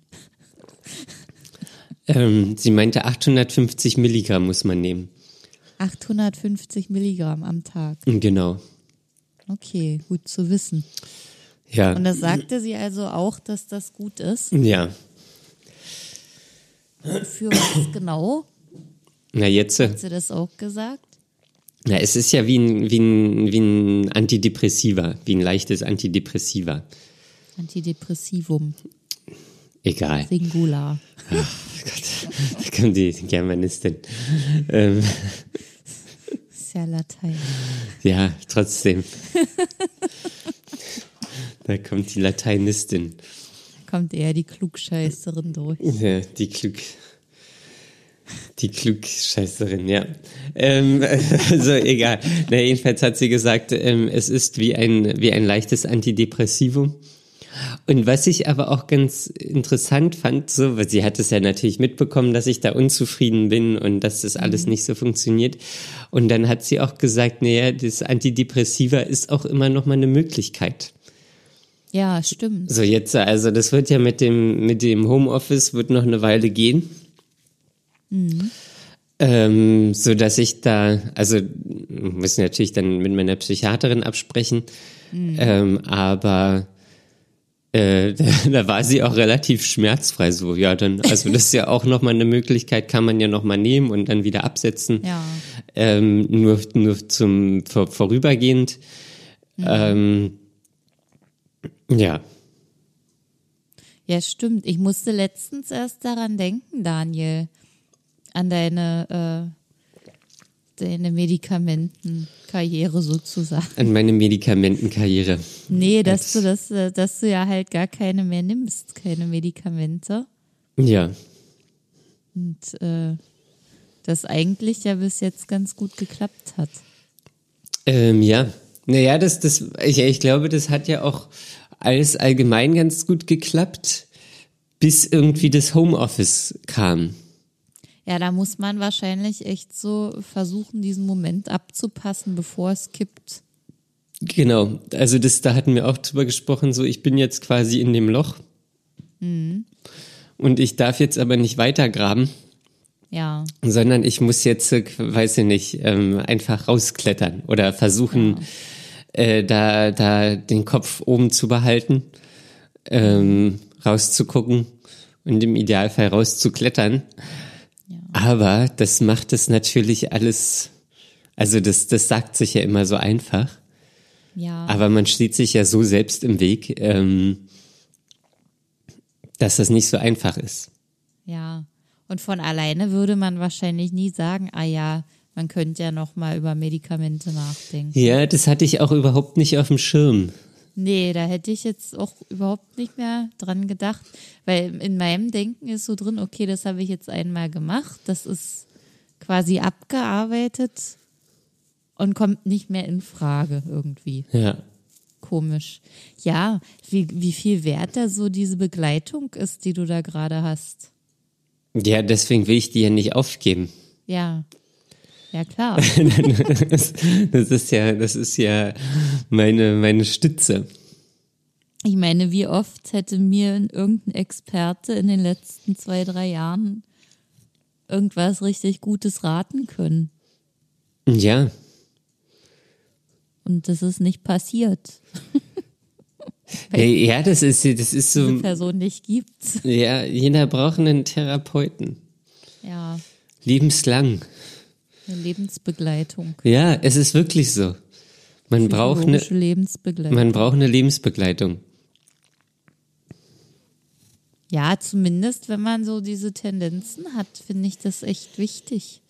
Ähm, sie meinte, 850 Milligramm muss man nehmen. 850 Milligramm am Tag. Genau. Okay, gut zu wissen. Ja. Und das sagte sie also auch, dass das gut ist. Ja. Für was genau? Na, jetzt. äh, Hat sie das auch gesagt? Na, es ist ja wie ein, wie ein, wie ein Antidepressiva, wie ein leichtes Antidepressiva. Antidepressivum, Egal. Singular. Da <laughs> kommt die Germanistin. Ähm, Ist ja Latein. ja, trotzdem. Da kommt die Lateinistin. Kommt eher die Klugscheißerin durch. Ja, die Klug. Die Klugscheißerin, ja. Ähm, <laughs> also egal. Na, jedenfalls hat sie gesagt, ähm, es ist wie ein, wie ein leichtes Antidepressivum. Und was ich aber auch ganz interessant fand, so, weil sie hat es ja natürlich mitbekommen, dass ich da unzufrieden bin und dass das alles nicht so funktioniert. Und dann hat sie auch gesagt, naja, das Antidepressiva ist auch immer noch mal eine Möglichkeit. Ja, stimmt. So jetzt, also das wird ja mit dem, mit dem Homeoffice wird noch eine Weile gehen. Ähm, so dass ich da, also muss ich natürlich dann mit meiner Psychiaterin absprechen, ähm, aber äh, <laughs> da, da war sie auch relativ schmerzfrei so. Ja, dann, also das ist ja auch nochmal eine Möglichkeit, kann man ja nochmal nehmen und dann wieder absetzen. Ja. Ähm, nur, nur zum vor, vorübergehend. Ähm, ja. Ja, stimmt. Ich musste letztens erst daran denken, Daniel, an deine, äh, deine Medikamentenkarriere sozusagen. An meine Medikamentenkarriere. Nee, dass du das, äh, dass du ja halt gar keine mehr nimmst, keine Medikamente. Ja. Und äh, das eigentlich ja bis jetzt ganz gut geklappt hat. Ähm, ja. Naja, das, das, ich, ich glaube, das hat ja auch alles allgemein ganz gut geklappt, bis irgendwie das Homeoffice kam. Ja, da muss man wahrscheinlich echt so versuchen, diesen Moment abzupassen, bevor es kippt. Genau. Also das, da hatten wir auch drüber gesprochen, so ich bin jetzt quasi in dem Loch. Und ich darf jetzt aber nicht weitergraben, Ja, sondern ich muss jetzt, äh, weiß ich nicht, ähm, einfach rausklettern oder versuchen, äh, da, da den Kopf oben zu behalten, ähm, rauszugucken und im Idealfall rauszuklettern. Aber das macht es natürlich alles, also das, das sagt sich ja immer so einfach, ja. aber man steht sich ja so selbst im Weg, ähm, dass das nicht so einfach ist. Ja, und von alleine würde man wahrscheinlich nie sagen, ah ja, man könnte ja noch mal über Medikamente nachdenken. Ja, das hatte ich auch überhaupt nicht auf dem Schirm. Nee, da hätte ich jetzt auch überhaupt nicht mehr dran gedacht, weil in meinem Denken ist so drin, okay, das habe ich jetzt einmal gemacht, das ist quasi abgearbeitet und kommt nicht mehr in Frage irgendwie. Ja. Komisch. Ja, wie, wie viel wert da so diese Begleitung ist, die du da gerade hast. Ja, deswegen will ich die ja nicht aufgeben. Ja. Ja, klar. das, das ist ja, das ist ja meine, meine Stütze. Ich meine, wie oft hätte mir irgendein Experte in den letzten zwei, drei Jahren irgendwas richtig Gutes raten können? Ja, Und das ist nicht passiert. Ey, ja, das ist, das ist Diese <laughs> so, Person nicht gibt's. ja, jeder braucht einen Therapeuten. Ja, Lebenslang. eine Lebensbegleitung. Ja, es ist wirklich so. Man braucht eine, Psychologische Lebensbegleitung. man braucht eine Lebensbegleitung. Ja, zumindest wenn man so diese Tendenzen hat, finde ich das echt wichtig.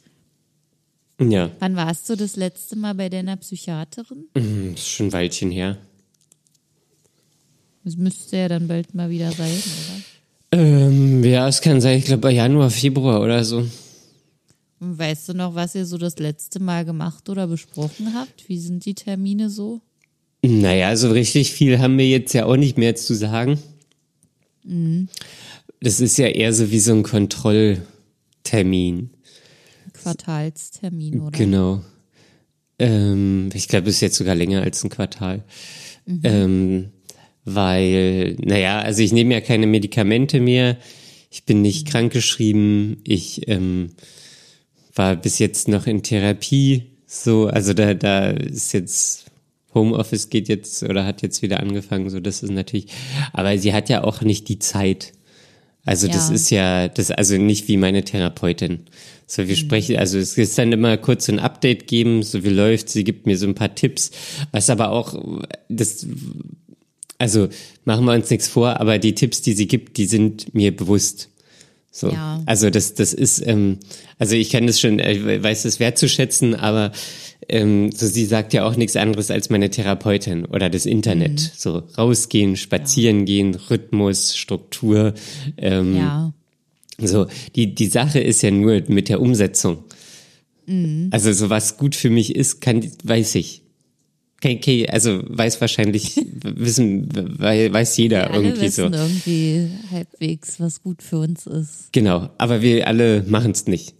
Ja, Wann warst du das letzte Mal bei deiner Psychiaterin? Mhm, ist schon ein Weilchen her. Das müsste ja dann bald mal wieder sein, oder? Ähm, ja, es kann sein, ich glaube, Januar, Februar oder so. Und weißt du noch, was ihr so das letzte Mal gemacht oder besprochen habt? Wie sind die Termine so? Naja, so richtig viel haben wir jetzt ja auch nicht mehr zu sagen. Das ist ja eher so wie so ein Kontrolltermin. Quartalstermin, oder? Genau. Ähm, ich glaube, es ist jetzt sogar länger als ein Quartal. Ähm, weil, naja, also ich nehme ja keine Medikamente mehr. Ich bin nicht krankgeschrieben. Ich ähm, war bis jetzt noch in Therapie. So, also da, da ist jetzt Homeoffice geht jetzt oder hat jetzt wieder angefangen. So, das ist natürlich. Aber sie hat ja auch nicht die Zeit. Also das Ja. ist ja das also nicht wie meine Therapeutin. So Mhm. wir sprechen, also es ist dann immer kurz so ein Update geben, so wie läuft, sie gibt mir so ein paar Tipps, was aber auch das also machen wir uns nichts vor, aber die Tipps, die sie gibt, die sind mir bewusst. So. Ja. Also das, das ist, ähm, also ich kann das schon, äh, ich weiß es wertzuschätzen, aber ähm, so sie sagt ja auch nichts anderes als meine Therapeutin oder das Internet. Mhm. So rausgehen, spazieren gehen, Rhythmus, Struktur. Ähm, Ja, So die die Sache ist ja nur mit der Umsetzung. Mhm. Also so was gut für mich ist, kann weiß ich. Okay, okay, also weiß wahrscheinlich <laughs> wissen wei- weiß jeder alle irgendwie so. wissen irgendwie halbwegs, was gut für uns ist. Genau, aber wir alle machen es nicht.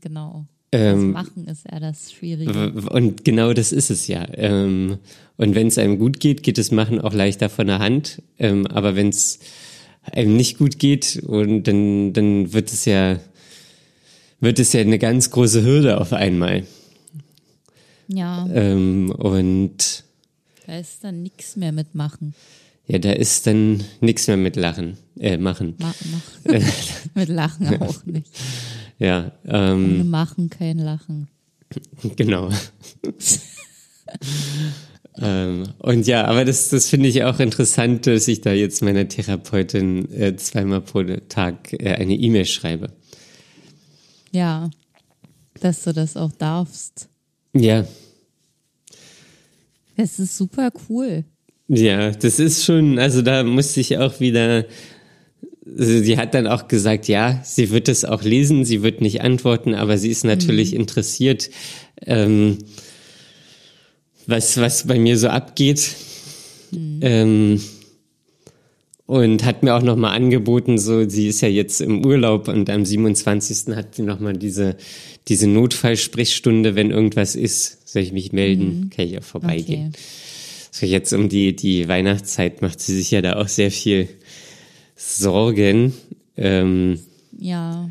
Genau. Ähm, das Machen ist eher das Schwierige. W- Und genau das ist es ja. Ähm, und wenn es einem gut geht, geht es machen auch leichter von der Hand. Ähm, aber wenn es einem nicht gut geht, und dann, dann wird es ja wird es ja eine ganz große Hürde auf einmal. Ja, Ähm, und da ist dann nichts mehr mit machen. ja, da ist dann nichts mehr mit Lachen, äh, machen. Ma <laughs> mach. <laughs> mit Lachen auch nicht. Ja, ähm, Ohne Machen kein Lachen. <laughs> Genau. ähm, und ja, aber das, das finde ich auch interessant, dass ich da jetzt meiner Therapeutin äh, zweimal pro Tag äh, eine E-Mail schreibe. Ja, dass du das auch darfst. Ja, Das ist super cool. ja, das ist schon, also da musste ich auch wieder, also die hat dann auch gesagt, ja, sie wird es auch lesen, sie wird nicht antworten, aber sie ist natürlich interessiert, ähm, was, was bei mir so abgeht. Ähm, und hat mir auch nochmal angeboten, so, sie ist ja jetzt im Urlaub und am 27. hat sie nochmal diese, diese Notfallsprechstunde, wenn irgendwas ist, soll ich mich melden, kann ich auch vorbeigehen. Okay. So jetzt um die, die Weihnachtszeit macht sie sich ja da auch sehr viel Sorgen. Ähm, Ja.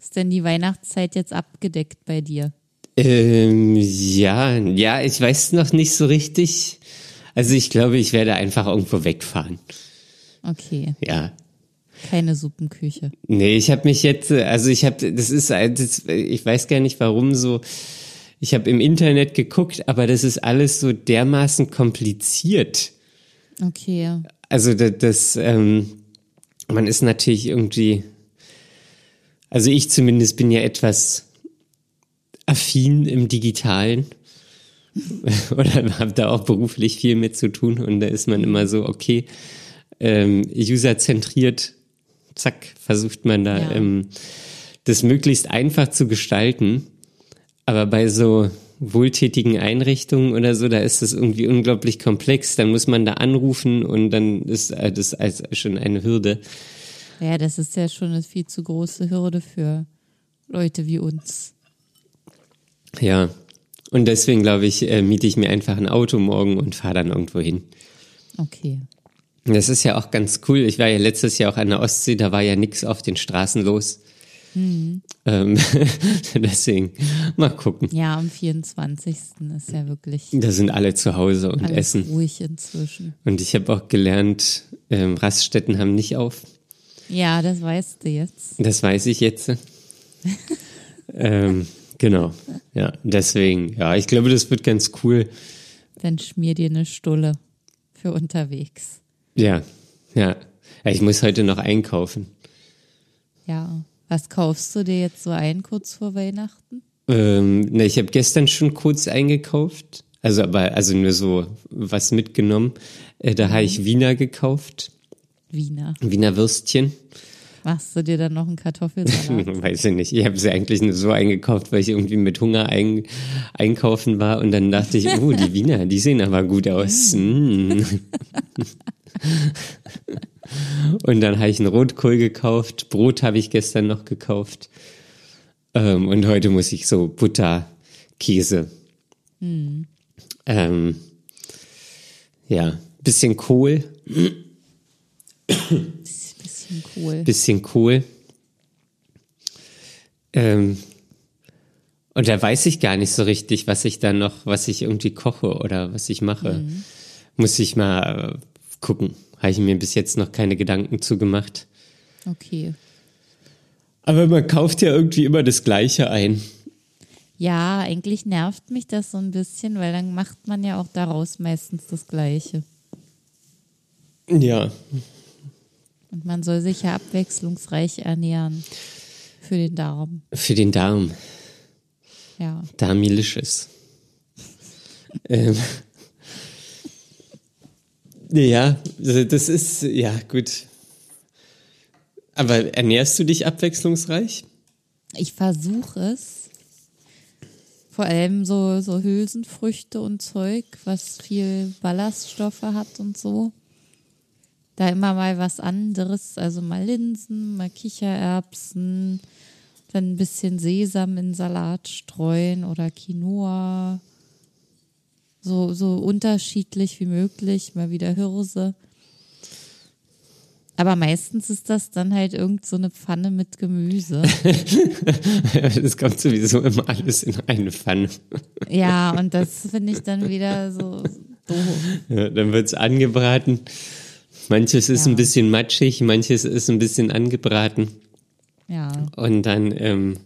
Ist denn die Weihnachtszeit jetzt abgedeckt bei dir? ähm, ja, ja, ich weiß noch nicht so richtig. Also ich glaube, ich werde einfach irgendwo wegfahren. Okay, Ja. keine Suppenküche. Nee, ich habe mich jetzt, äh, also ich habe, das ist, ein- das, ich weiß gar nicht warum so, ich habe im Internet geguckt, aber das ist alles so dermaßen kompliziert. Okay, Also das, das ähm, man ist natürlich irgendwie, also ich zumindest bin ja etwas affin im Digitalen <laughs> oder habe da auch beruflich viel mit zu tun und da ist man immer so, okay, ähm, userzentriert, zack, versucht man da Ja. ähm, das möglichst einfach zu gestalten, aber bei so wohltätigen Einrichtungen oder so, da ist das irgendwie unglaublich komplex, dann muss man da anrufen und dann ist äh, das als schon eine Hürde. ja, das ist ja schon eine viel zu große Hürde für Leute wie uns. Ja. Und deswegen, glaube ich, äh, miete ich mir einfach ein Auto morgen und fahre dann irgendwo hin. Okay. Das ist ja auch ganz cool. Ich war ja letztes Jahr auch an der Ostsee, da war ja nichts auf den Straßen los. Ähm, <laughs> deswegen, mal gucken. Ja, am 24. ist ja wirklich Da sind alle zu Hause und alles essen. ruhig inzwischen. Und ich habe auch gelernt, ähm, Raststätten haben nicht auf. Ja, das weißt du jetzt. Das weiß ich jetzt. ähm, genau. Ja, deswegen, ja, ich glaube, das wird ganz cool. Dann schmier dir eine Stulle für unterwegs. Ja, ja. ja ich muss heute noch einkaufen. Ja. Was kaufst du dir jetzt so ein kurz vor Weihnachten? Ähm, ne, ich habe gestern schon kurz eingekauft. Also, aber, also nur so was mitgenommen. Äh, da habe ich Wiener gekauft. Wiener. Wiener Würstchen. Machst du dir dann noch einen <laughs> Kartoffelsalat? Weiß ich nicht. Ich habe sie eigentlich nur so eingekauft, weil ich irgendwie mit Hunger ein, einkaufen war und dann dachte ich, oh, die Wiener, die sehen aber gut aus. Mm. <laughs> und dann habe ich einen Rotkohl gekauft, Brot habe ich gestern noch gekauft. Ähm, und heute muss ich so Butter, Käse. Ähm, ja, bisschen Kohl, Bisschen cool. bisschen Kohl. Ähm, und da weiß ich gar nicht so richtig, was ich dann noch, was ich irgendwie koche oder was ich mache. Muss ich mal äh, gucken. Habe ich mir bis jetzt noch keine Gedanken zu gemacht. Okay. Aber man kauft ja irgendwie immer das Gleiche ein. Ja, eigentlich nervt mich das so ein bisschen, weil dann macht man ja auch daraus meistens das Gleiche. Ja, Und man soll sich ja abwechslungsreich ernähren. Für den Darm. für den Darm. Ja. Darmilicious. ähm. Ja, also das ist, ja, gut. Aber ernährst du dich abwechslungsreich? <laughs> Ich versuche es. Vor allem so, so Hülsenfrüchte und Zeug, was viel Ballaststoffe hat und so. Da immer mal was anderes, also mal Linsen, mal Kichererbsen, dann ein bisschen Sesam in Salat streuen oder Quinoa. So, so unterschiedlich wie möglich, mal wieder Hirse. Aber meistens ist das dann halt irgend so eine Pfanne mit Gemüse. Das kommt sowieso immer alles in eine Pfanne. Ja, und das finde ich dann wieder so doof. Ja, dann wird's angebraten. Manches ist Ja. ein bisschen matschig, manches ist ein bisschen angebraten. Ja, Und dann ähm,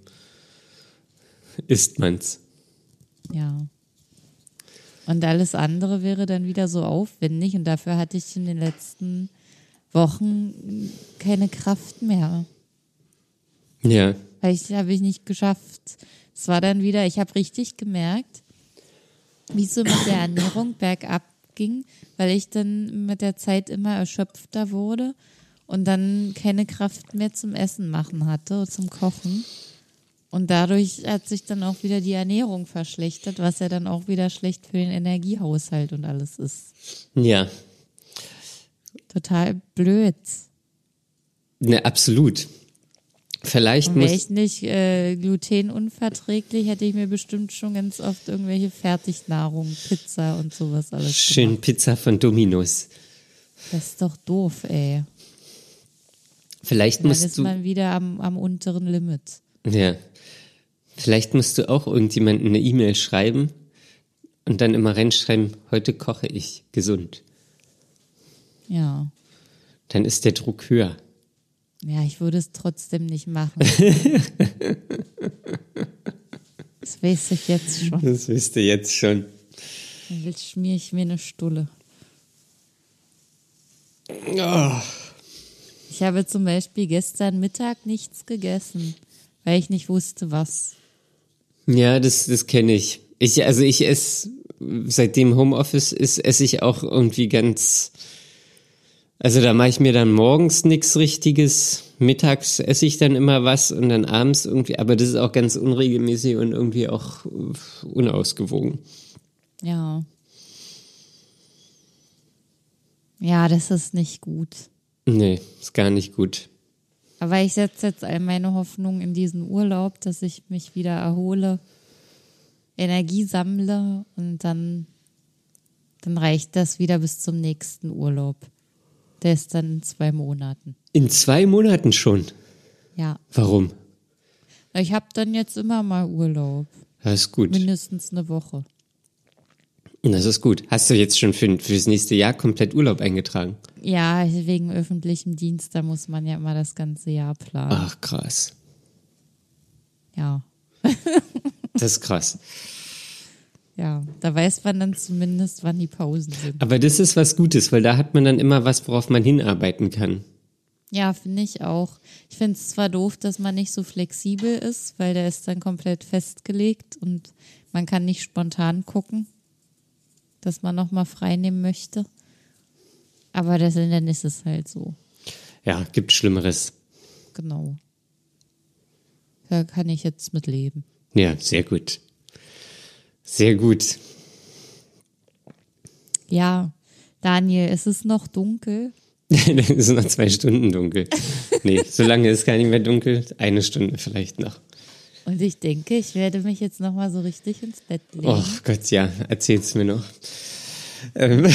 isst man's. ja. Und alles andere wäre dann wieder so aufwendig und dafür hatte ich in den letzten Wochen keine Kraft mehr. Ja. Weil ich habe ich nicht geschafft. Es war dann wieder, ich habe richtig gemerkt, wie es so mit der Ernährung bergab ging, weil ich dann mit der Zeit immer erschöpfter wurde und dann keine Kraft mehr zum Essen machen hatte, zum Kochen. Und dadurch hat sich dann auch wieder die Ernährung verschlechtert, was ja dann auch wieder schlecht für den Energiehaushalt und alles ist. Ja. Total blöd. Ne, absolut. Vielleicht Und wäre muss. ich nicht äh, glutenunverträglich, hätte ich mir bestimmt schon ganz oft irgendwelche Fertignahrung, Pizza und sowas alles Schön gemacht. Pizza von Dominos. Das ist doch doof, ey. Vielleicht Dann musst ist du. man wieder am, am unteren Limit. Ja. Vielleicht musst du auch irgendjemandem eine E-Mail schreiben und dann immer reinschreiben, heute koche ich gesund. Ja. Dann ist der Druck höher. Ja, ich würde es trotzdem <laughs> nicht machen. das weiß ich jetzt schon. Das wisst ihr jetzt schon. Dann will- schmier ich mir eine Stulle. Ich habe zum Beispiel gestern Mittag nichts gegessen, weil ich nicht wusste, was. Ja, das, das kenne ich. ich. Also ich esse, seitdem Homeoffice ist, esse ich auch irgendwie ganz. Also da mache ich mir dann morgens nichts Richtiges, mittags esse ich dann immer was und dann abends irgendwie, aber das ist auch ganz unregelmäßig und irgendwie auch äh, unausgewogen. Ja. Ja, das ist nicht gut. Nee, ist gar nicht gut. Aber ich setze jetzt all meine Hoffnung in diesen Urlaub, dass ich mich wieder erhole Energie sammle und dann, dann reicht das wieder bis zum nächsten Urlaub. Der ist dann in zwei Monaten. In zwei Monaten schon. Ja. Warum? Ich habe dann jetzt immer mal Urlaub. Das ist gut. Mindestens eine Woche. Das ist gut. Hast du jetzt schon für, fürs nächste Jahr komplett Urlaub eingetragen? Ja, wegen öffentlichem Dienst, da muss man ja immer das ganze Jahr planen. Ach, krass. Ja. Das ist krass. Ja, da weiß man dann zumindest, wann die Pausen sind. Aber das ist was Gutes, weil da hat man dann immer was, worauf man hinarbeiten kann. Ja, finde ich auch. Ich finde es zwar doof, dass man nicht so flexibel ist, weil der ist dann komplett festgelegt und man kann nicht spontan gucken, dass man nochmal frei nehmen möchte. Aber das, dann ist es halt so. Ja, gibt Schlimmeres. Genau. Da kann ich jetzt mit leben. Ja, sehr gut. Sehr gut. <laughs> Ja, Daniel, es ist noch dunkel. Dann ist noch zwei Stunden dunkel. Nee, so lange ist gar nicht mehr dunkel. Eine Stunde vielleicht noch. Und ich denke, ich werde mich jetzt nochmal so richtig ins Bett legen. Oh Gott, ja, erzähl's mir noch. Ähm, <laughs>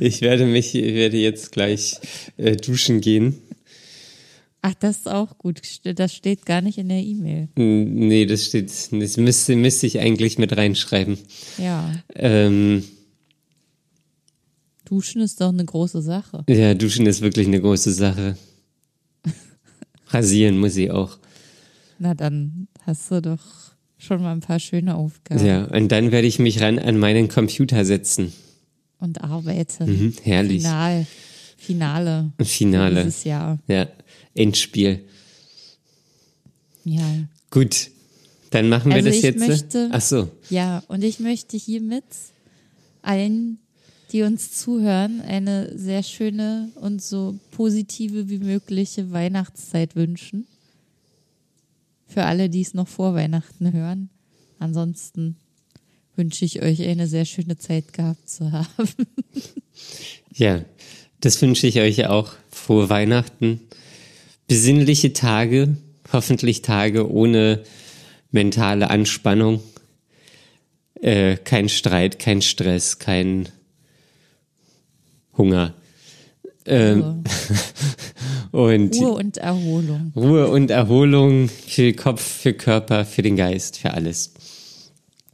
ich werde mich, ich werde jetzt gleich äh, duschen gehen. Ach, das ist auch gut. Ste- Das steht gar nicht in der E-Mail. N- Nee, das steht, das müsste, müsste ich eigentlich mit reinschreiben. Ja, Ähm, duschen ist doch eine große Sache. ja, duschen ist wirklich eine große <laughs> Sache. Rasieren muss ich auch. Na, dann hast du doch schon mal ein paar schöne Aufgaben Ja, und dann werde ich mich ran an meinen Computer setzen. und arbeite. Mhm, herrlich. Final, Finale Finale. dieses Jahr. Ja, Endspiel. Ja. Gut, dann machen wir Also das ich jetzt. äh? möchte- Ach so, ja, und ich möchte hiermit allen, die uns zuhören, eine sehr schöne und so positive wie mögliche Weihnachtszeit wünschen. Für alle, die es noch vor Weihnachten hören. Ansonsten wünsche ich euch eine sehr schöne Zeit gehabt zu haben. ja, das wünsche ich euch auch. Frohe Weihnachten, besinnliche Tage, hoffentlich Tage ohne mentale Anspannung, äh, kein Streit, kein Stress, kein Hunger Ähm, Ruhe, und Ruhe und Erholung. Ruhe und Erholung für Kopf, für Körper, für den Geist, für alles.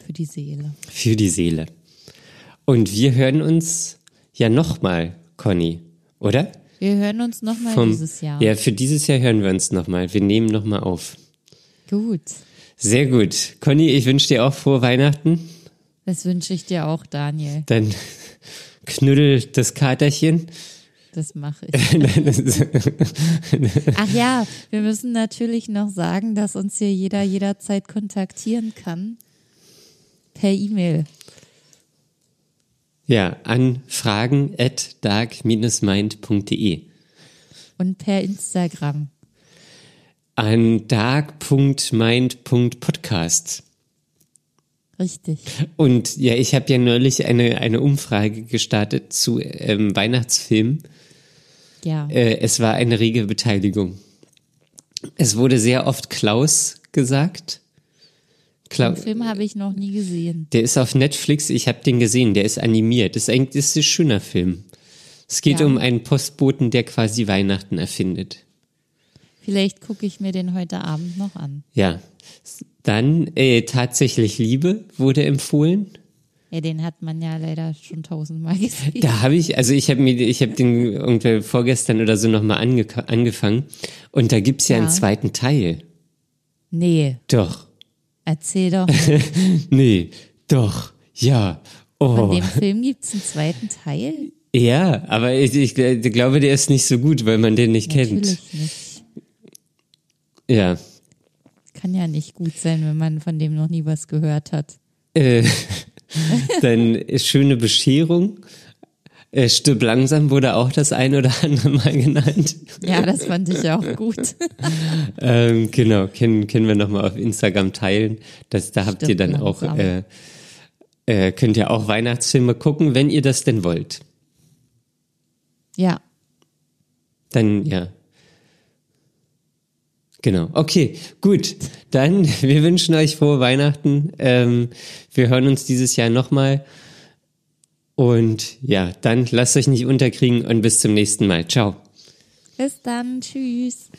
für die Seele. für die Seele. Und wir hören uns ja nochmal, Conny, oder? Wir hören uns nochmal Vom- dieses Jahr. Ja, für dieses Jahr hören wir uns nochmal. Wir nehmen nochmal auf. Gut. Sehr gut. Conny, ich wünsche dir auch frohe Weihnachten. Das wünsche ich dir auch, Daniel. Dann <laughs> knuddel das Katerchen. <laughs> Das mache ich. Ach ja, wir müssen natürlich noch sagen, dass uns hier jeder jederzeit kontaktieren kann. Per E-Mail. Ja, an fragen at dark-mind.de. Und per Instagram. An dark.mind.podcast. Richtig. Und ja, ich habe ja neulich eine, eine Umfrage gestartet zu ähm, Weihnachtsfilmen. Ja. Äh, es war eine rege Beteiligung. Es wurde sehr oft Klaus gesagt. Klau Den Film habe ich noch nie gesehen. der ist auf Netflix, ich habe den gesehen, der ist animiert. Das ist ein, das ist ein schöner Film. Es geht Ja. um einen Postboten, der quasi Weihnachten erfindet. Vielleicht gucke ich mir den heute Abend noch an. Ja. Dann äh, tatsächlich Liebe wurde empfohlen. Ja, den hat man ja leider schon tausendmal gesehen. <laughs> Da habe ich, also ich habe mir, ich habe den irgendwie vorgestern oder so nochmal ange angefangen. Und da gibt's ja, Ja. einen zweiten Teil. Nee, Doch. erzähl <laughs> doch. Nee. Doch. Ja. Oh. Von dem Film gibt es einen zweiten Teil? Ja, aber ich, ich gl- glaube, der ist nicht so gut, weil man den nicht kennt. Natürlich nicht. Ja. Kann ja nicht gut sein, wenn man von dem noch nie was gehört hat. Äh, <laughs> dann äh, schöne Bescherung. Äh, Stirb langsam wurde auch das ein oder andere Mal genannt. Ja, das fand ich auch gut. Ähm, genau, können, können wir nochmal auf Instagram teilen. Das, da habt Stirb ihr dann auch, langsam. äh, äh, könnt ihr auch Weihnachtsfilme gucken, wenn ihr das denn wollt. Ja, Dann, ja. Genau. Okay, gut. Dann, <laughs> wir wünschen euch frohe Weihnachten. Ähm, wir hören uns dieses Jahr nochmal. Und ja, dann lasst euch nicht unterkriegen und bis zum nächsten Mal. Ciao. Bis dann. Tschüss.